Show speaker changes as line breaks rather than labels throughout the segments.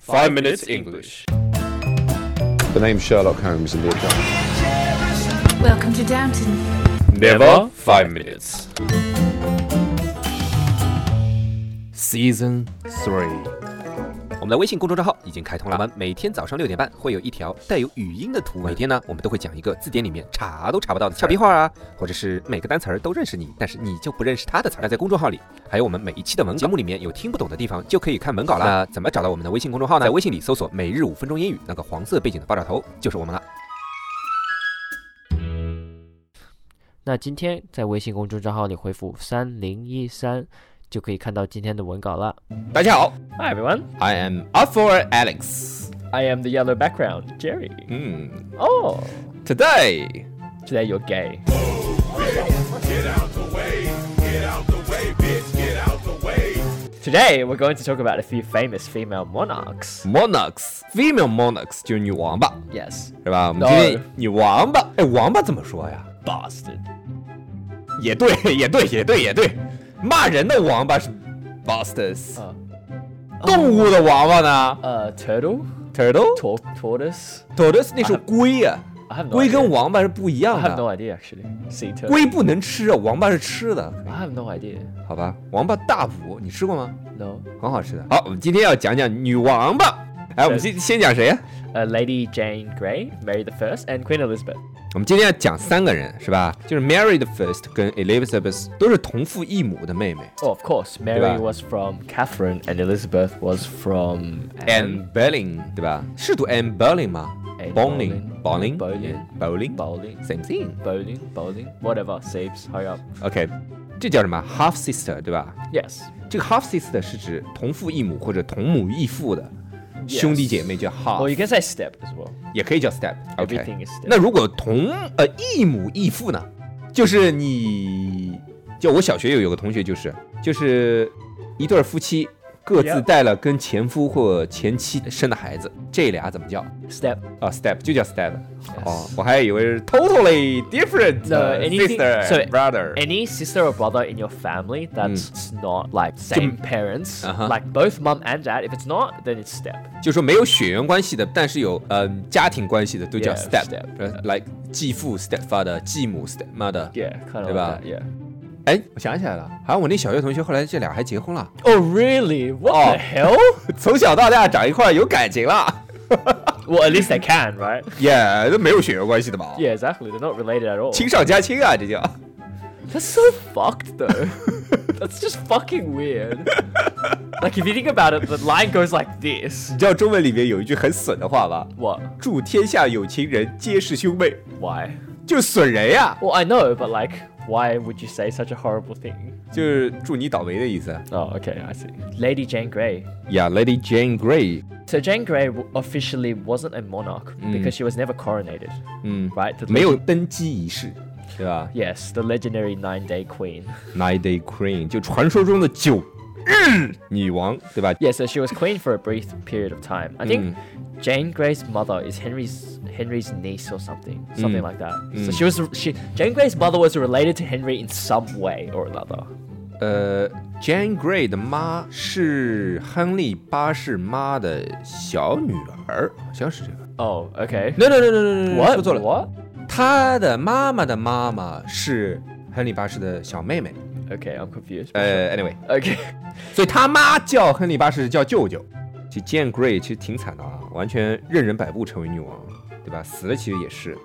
Five Minutes English.
The name Sherlock Holmes in the account.
Welcome to Downton.
Never five minutes.
Season Three，
我们的微信公众账号已经开通了，我们每天早上六点半会有一条带有语音的图文。每天呢，我们都会讲一个字典里面查都查不到的俏皮话啊，或者是每个单词儿都认识你，但是你就不认识它的词儿。那在公众号里，还有我们每一期的文稿节目里面有听不懂的地方，就可以看文稿啦。那怎么找到我们的微信公众号呢？在微信里搜索“每日五分钟英语”，那个黄色背景的爆炸头就是我们了。
那今天在微信公众账号里回复三零一三，就可以看到今天的文稿了。
大家好
Hi everyone,
，I am up for Alex.
I am the yellow background, Jerry.
Mm.
Oh,
Today,
today you're gay. Today we're going to talk about a few famous female monarchs.
monarchs, female monarchs 就是女王吧，
Yes,
是吧？我们
No
今天女王吧，哎，王八怎么说呀？
bastard.
也对， 也对，也对，也对。骂人的王八是 bastards，、哦啊
啊
动物的王八呢
Uh, turtle,
？turtle，turtle
tor- tortoise.
那是龟呀、
I have no
龟
idea.
跟王八是不一
I
样
have no
的。
idea actually. Sea turtle.
啊龟不能吃啊，王八是吃的，
I have no idea.
好吧？王八大补，你吃过吗？
No.
很好吃的。好，我们今天要讲讲女王吧。哎，我们先先讲谁呀、
Uh, Lady Jane Grey, Mary the First, and Queen Elizabeth.
我们今天要讲三个人是吧？就是 Mary the First 跟 Elizabeth 都是同父异母的妹妹
Oh, of course.
Right.
Mary was from Catherine, and Elizabeth was from
，Anne Boleyn 对吧？是读 Anne Boleyn 吗
Anne Boleyn
Boleyn
Boleyn
Boleyn
Bowling.
same thing。
Bowling, bowling, whatever. Saves, hurry up.
OK，这叫什么 half sister 对吧？
Yes.
这个 half sister 是指同父异母或者同母异父的
Yes
兄弟姐妹叫 half，、
Or you can say step as well.
也可以叫 step。OK，
Everything is step.
那如果同呃异母异父呢？就是你，就我小学有有个同学就是就是一对儿夫妻各自
Yeah
带了跟前夫或前妻生的孩子，这俩怎么叫
Step.
啊？step 就叫 step。哦，我还以为是 totally different
No,
uh,
anything-
sister
so-
brother。Hmm.
Any sister or brother in your family that's not like same parents,
Uh-huh.
like both mum and dad, if it's not, then it's step.
就说没有血缘关系的，但是有嗯、家庭关系的，都叫
Yeah,
step，
step
呃，like 继父 stepfather、继母 stepmother。
Yeah, kind of like
Right.
that. Yeah.
哎，我想起来了，好像我那小学同学后来这俩还结婚了，
Oh, really? What
Oh.
the hell?
从小到大长一块儿有感情了，
Well, at least they can, right?
也、都没有血缘关系的吧？
Yeah, exactly. They're not related at all.
亲上加亲啊，这叫。
That's so fucked though. That's just fucking weird. like if you think about it, the line goes like this.
你知道中文里面有一句很损的话吗？
What?
祝天下有情人皆是兄妹，
Why?
就损人呀、
Well, I know, but like, why would you say such a horrible thing?
就是祝你倒霉的意思。
Oh, okay, I see. Lady Jane Grey.
Yeah, Lady Jane Grey。
So Jane Grey w- officially wasn't a monarch because she was never coronated,
嗯，
right? The
没有
legend-
登基仪式，对吧？
Yes, the legendary nine-day queen.
Nine Day Queen，就传说中的九日女王，对吧
Yeah, so she was queen for a brief period of time. I think Jane Grey's mother is Henry's Henry's niece or something, something like that. So she was she Jane Grey's mother was related to Henry in some way or another.
呃，Jane Grey 的妈是亨利八世妈的小女儿，好像是这个。
Oh, okay. Mm,
No no no no no no，
What?
说错了。
What?
她的妈妈的妈妈是亨利八世的小妹妹。
Okay, I'm confused.
呃，anyway，
Okay.
所以她妈叫亨利八世叫舅舅。其实 Jane Grey 其实挺惨的啊，完全任人摆布成为女王，对吧？死了其实也是。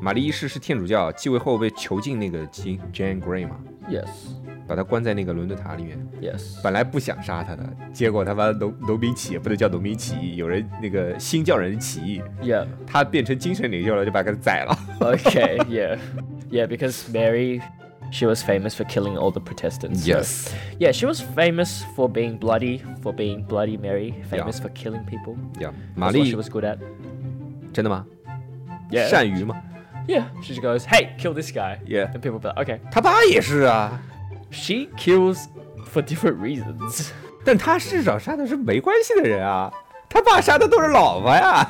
玛丽一世是天主教，继位后被囚禁那个 Jane Jane Grey 嘛，
Yes.
把她关在那个伦敦塔里面。
Yes.
本来不想杀他的，结果他妈农农民起义不能叫农民起义，有人那个新教人起义，
Yeah.
他变成精神领袖了，就把他给宰了。
Okay. yeah. Yeah, because Mary, she was famous for killing all the Protestants. so- Yeah, she was famous for being bloody, for being Bloody Mary, famous for killing people.
Yeah，玛
That's what
丽
she was good at.
真的吗？
Yeah.
善于吗？
Yeah. She just goes, "Hey, kill this guy."
Yeah.
And people be like, "Okay."
他爸也是啊，
She kills for different reasons.
但他至少杀的是没关系的人啊，他爸杀的都是老婆呀。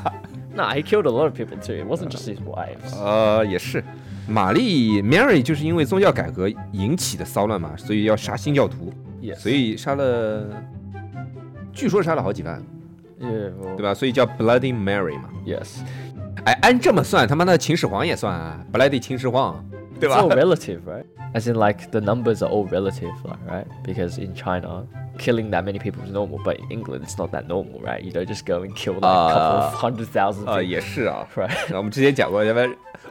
Nah, he killed a lot of people too. It wasn't just his wives.
呃，也是，玛丽 Mary 就是因为宗教改革引起的骚乱嘛，所以要杀新教徒，
Yes.
所以杀了，据说杀了好几万，
Yeah, well,
对吧？所以叫 Bloody Mary 嘛。
yes.
哎，按这么算，他妈的秦始皇也算啊，Bloody 秦始皇，对
It's
吧
all？relative, right? As in, like, the numbers are all relative, like, right? Because in China, killing that many people is normal, but in England, it's not that normal, right? You don't just go and kill like a couple
Uh,
of hundred thousand
啊、
people.
也是 啊。
Right.
我们之前讲过，他妈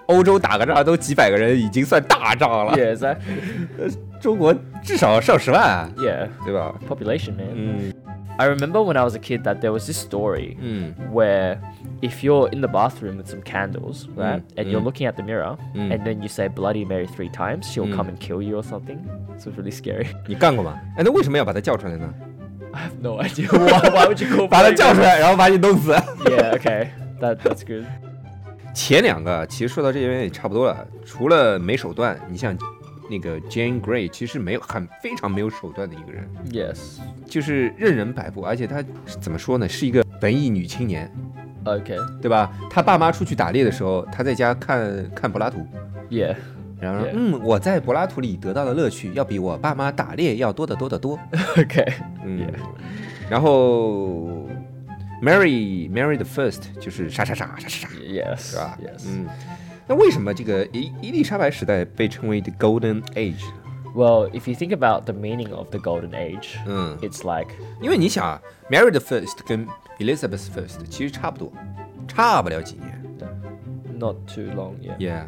欧洲打个仗都几百个人，已经算大仗了。
Yeah, exactly.
中国至少上十万啊，
Yeah,
对吧？
population, man.
嗯
I remember when I was a kid that there was this story
嗯
where if you're in the bathroom with some candles, right,
Mm,
and you're
mm.
looking at the mirror,
Mm.
and then you say Bloody Mary three times, she'll
Mm.
come and kill you or something. So it's really scary.
你干过吗？哎，那为什么要把他叫出来呢？
I have no idea. why, why would you call
把他
Bloody
叫出
Mary?
来，然后把你弄死。
Yeah, okay. That, that's good.
前两个其实说到这边也差不多了，除了没手段，你像那个 Jane Grey，其实没有很非常没有手段的一个人，
Yes.
就是任人摆布，而且她怎么说呢，是一个文艺女青年，
Okay.
对吧？她爸妈出去打猎的时候，她在家看看柏拉图，
Yeah.
然后说
Yeah.
嗯，我在柏拉图里得到的乐趣要比我爸妈打猎要多得多得多。
Okay.
嗯，然后 Mary Mary the First 就是杀杀杀杀杀杀，
Yes.
是吧？
Yes.
嗯，那为什么这个伊伊丽莎白时代被称为 The Golden Age？呢
Well, if you think about the meaning of the golden age,
嗯，
it's like
因为你想啊，Mary the First 跟 Elizabeth First 其实差不多，差不了几年。
not too long. Yeah.
Yeah，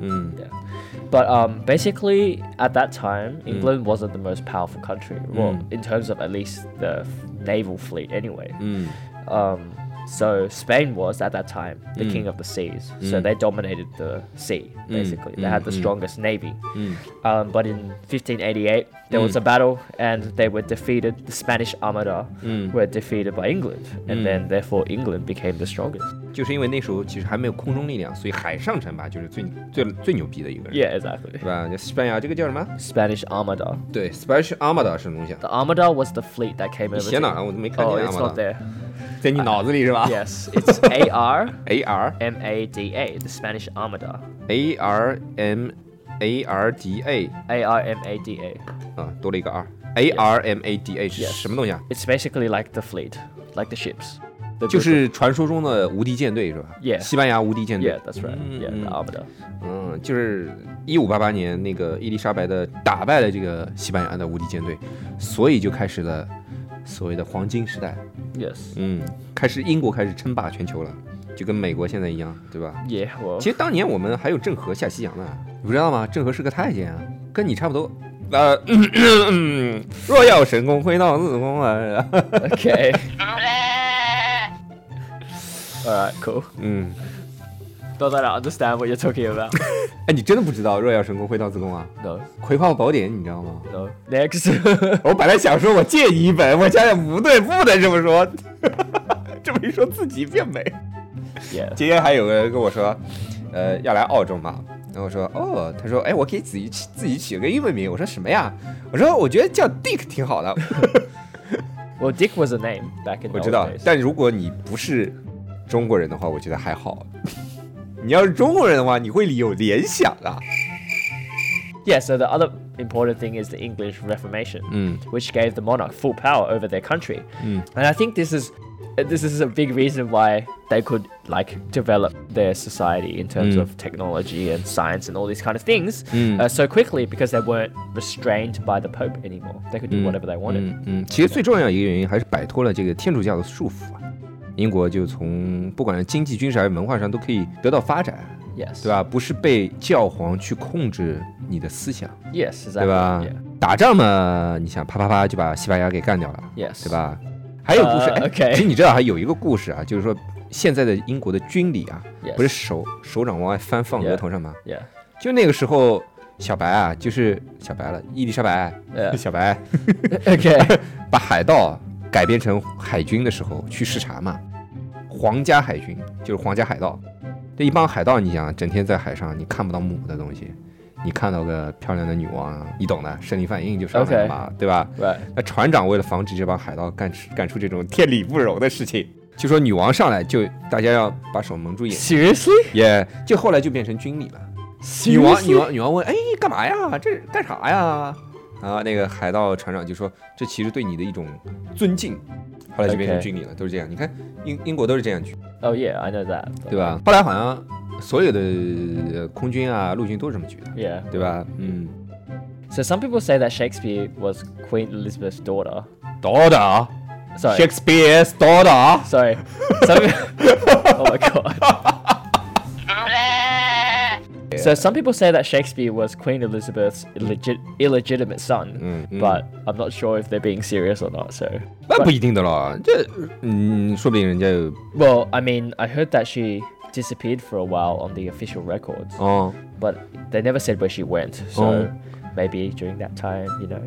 嗯
Yeah. But um, basically, at that time, England wasn't the most powerful country. Well, in terms of at least the f- naval fleet, anyway.
嗯
Um, so Spain was at that time the king of the seas. So they dominated the sea. Basically, they had the strongest navy. Um, but in 1588, there was a battle, and they were defeated. The Spanish armada were defeated by England, and then therefore England became the strongest.
就是因为那时候其实还没有空中力量，所以海上称霸就是最最最牛逼的一个人
Yeah, exactly.
对吧？西班牙这个叫什么？
Spanish armada.
对，Spanish Armada 是什么东西啊？
The armada was the fleet that came
你
over.
写
to-
哪啊了？我怎么没看
Oh,
见
it's not
Armada？
there.
在你脑子里 是吧
Yes, it's A R
？A R
M A D A, the Spanish Armada.
A R M A R D A
A R M A D A.
啊，多了一个 R。A R M A D A 是
Yes
什么东西啊？
It's basically like the fleet, like the ships. The
就
group
是传说中的无敌舰队是吧
Yeah
西班牙无敌舰
of-
队。
yeah, that's right. Yeah, the Armada.
嗯，就是一五八八年那个伊丽莎白的打败了这个西班牙的无敌舰队，所以就开始了所谓的黄金时代。
Yes.
嗯，开始英国开始称霸全球了，就跟美国现在一样，对吧？
Yeah, well,
其实当年我们还有郑和下西洋呢，你不知道吗？郑和是个太监啊，跟你差不多。呃，嗯嗯嗯 若要神功，会闹自宫啊。
okay. All right, cool.
嗯，
Not that I understand what you're talking about.
哎，你真的不知道若要神功，会闹自宫啊？
No,
葵花宝典你知道吗？
no. Next.
我本来想说我借你一本，我想想不对，不能这么说。 这么一说自己变美。
yeah.
今天还有个人跟我说，呃，要来澳洲嘛，然后我说哦，他说哎，我给自己起自己起个英文名，我说什么呀？我说我觉得叫 Dick 挺好的，
Well, Dick was a name back in
我
the
知道
old，days.
但如果你不是中国人的话，我觉得还好。你要是中国人的话，你会有联想啊。
Yeah, so the other important thing is the English Reformation, which gave the monarch full power over their country. And I think this is uh, this is a big reason why they could like develop their society in terms of technology and science and all these kind of things uh, so quickly because they weren't restrained by the pope anymore. They could do whatever they wanted.
嗯嗯，其实最重要一个原因还是摆脱了这个天主教的束缚啊。英国就从不管是经济、军事还是文化上都可以得到发展，
Yes.
对吧？不是被教皇去控制你的思想，
Yes,
对
exactly.
吧
Yeah.？
打仗嘛，你想啪啪啪就把西班牙给干掉了，
Yes. Uh,
对吧？还有故事，
呃
哎
OK
其实你知道还有一个故事啊，就是说现在的英国的军礼啊
Yes.
不是手手掌往外翻放
Yeah.
额头上吗
Yeah.
就那个时候，小白啊，就是小白了，伊丽莎白
Yeah.
小白
Okay.
把海盗改编成海军的时候去视察嘛，皇家海军就是皇家海盗，这一帮海盗，你想整天在海上，你看不到母的东西，你看到个漂亮的女王，你懂的，生理反应就上来了嘛对吧？
right.
那船长为了防止这帮海盗干出干出这种天理不容的事情，就说女王上来就大家要把手蒙住眼，
Seriously?
也、就 后来就变成军礼了。女王，女王，女王问：“哎，干嘛呀？这干啥呀？”然后那个海盗船长就说：“这其实对你的一种尊敬。”后来就变成
OK
军礼了，都是这样。你看英英国都是这样去，
Oh yeah, I know that.
对吧？后来好像所有的空军啊、陆军都是这么举的，
Yeah.
对吧？嗯，
So some people say that Shakespeare was Queen Elizabeth's daughter.
多的啊
Sorry.
，Shakespeare's 多的啊，
sorry. Some, oh my god. So some people say that Shakespeare was Queen Elizabeth's illegit- illegitimate son,
Mm.
but I'm not sure if they're being serious or not. So,
嗯那不一定的了。这嗯，说不定人家有
well, I mean, I heard that she disappeared for a while on the official records,
哦，
but they never said where she went. So
Oh.
maybe during that time, you know,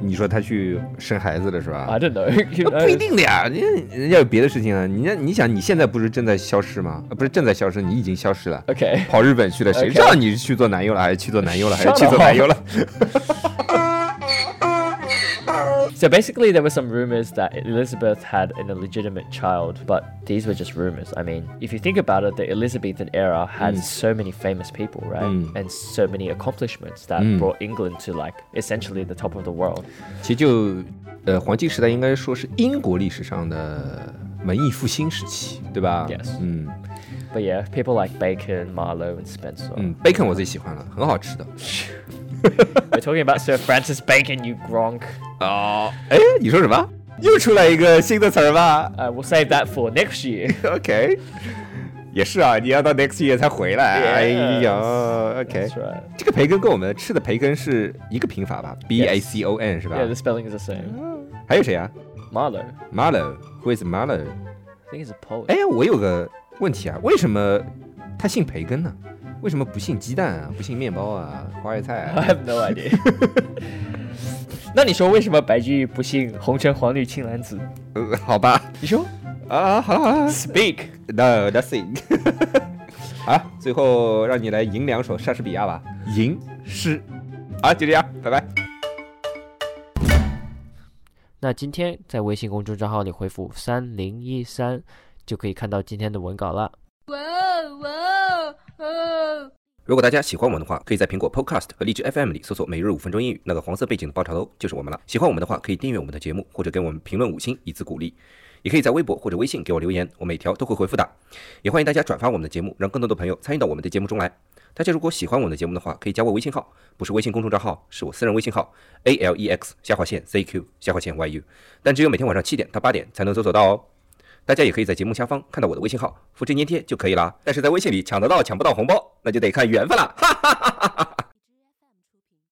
你说他去生孩子了是吧
I？don't know. Who
那不一
knows?
定的呀，人家人家有别的事情啊。你那你想，你现在不是正在消失吗？啊，不是正在消失，你已经消失了。
Okay.
跑日本去了，谁
OK
知道你是去做男优了，还是去做男优了，还是
Shut
去做
up
男优 了？
So basically, there were some rumors that Elizabeth had an illegitimate child, but these were just rumors. I mean, if you think about it, the Elizabethan era had so many famous people, right? And so many accomplishments that brought England to like essentially the top of the world.
其实就呃，黄金时代应该说是英国历史上的文艺复兴时期，对吧
Yes
嗯
But yeah, people like Bacon, Marlowe, and Spencer.
嗯，bacon 我最喜欢了，很好吃的。
We're talking about Sir Francis Bacon, you gronk.
哦，哎，你说什么？又出来一个新的词儿吧
Uh, we'll save that for next year.
？OK，也是啊，你要到 next year 才回来。哎
Yes
呀，OK，
That's right.
这个培根跟我们吃的培根是一个拼法吧？B A C O N 是吧
Yeah, the spelling is the same.
还有谁啊
Marlowe.
？Marlowe，Who is Marlowe？
I think he's a poet.
哎，我有个问题啊，为什么他姓培根呢？为什么不姓鸡蛋啊？不姓面包啊？花椰菜
I
啊？
have no idea 。那你说为什么白居易不姓红橙黄绿青蓝紫？
呃，好吧，
你说
啊，好了好了
，Speak。
，No nothing 啊，最后让你来吟两首莎士比亚吧，吟诗。好，就这样，拜拜。
那今天在微信公众账号里回复三零一三，就可以看到今天的文稿了。
Whoa, whoa, oh.
如果大家喜欢我们的话，可以在苹果 Podcast 和荔枝 FM 里搜索“每日五分钟英语”，那个黄色背景的爆炒头就是我们了。喜欢我们的话，可以订阅我们的节目，或者给我们评论五星以资鼓励。也可以在微博或者微信给我留言，我每条都会回复的。也欢迎大家转发我们的节目，让更多的朋友参与到我们的节目中来。大家如果喜欢我们的节目的话，可以加我微信号，不是微信公众账号，是我私人微信号 a l e x 下划线 z q 下划线 y u，但只有每天晚上七点到八点才能搜索到哦。大家也可以在节目下方看到我的微信号，复制粘贴就可以啦。但是在微信里抢得到抢不到红包，那就得看缘分啦。哈哈哈哈哈哈。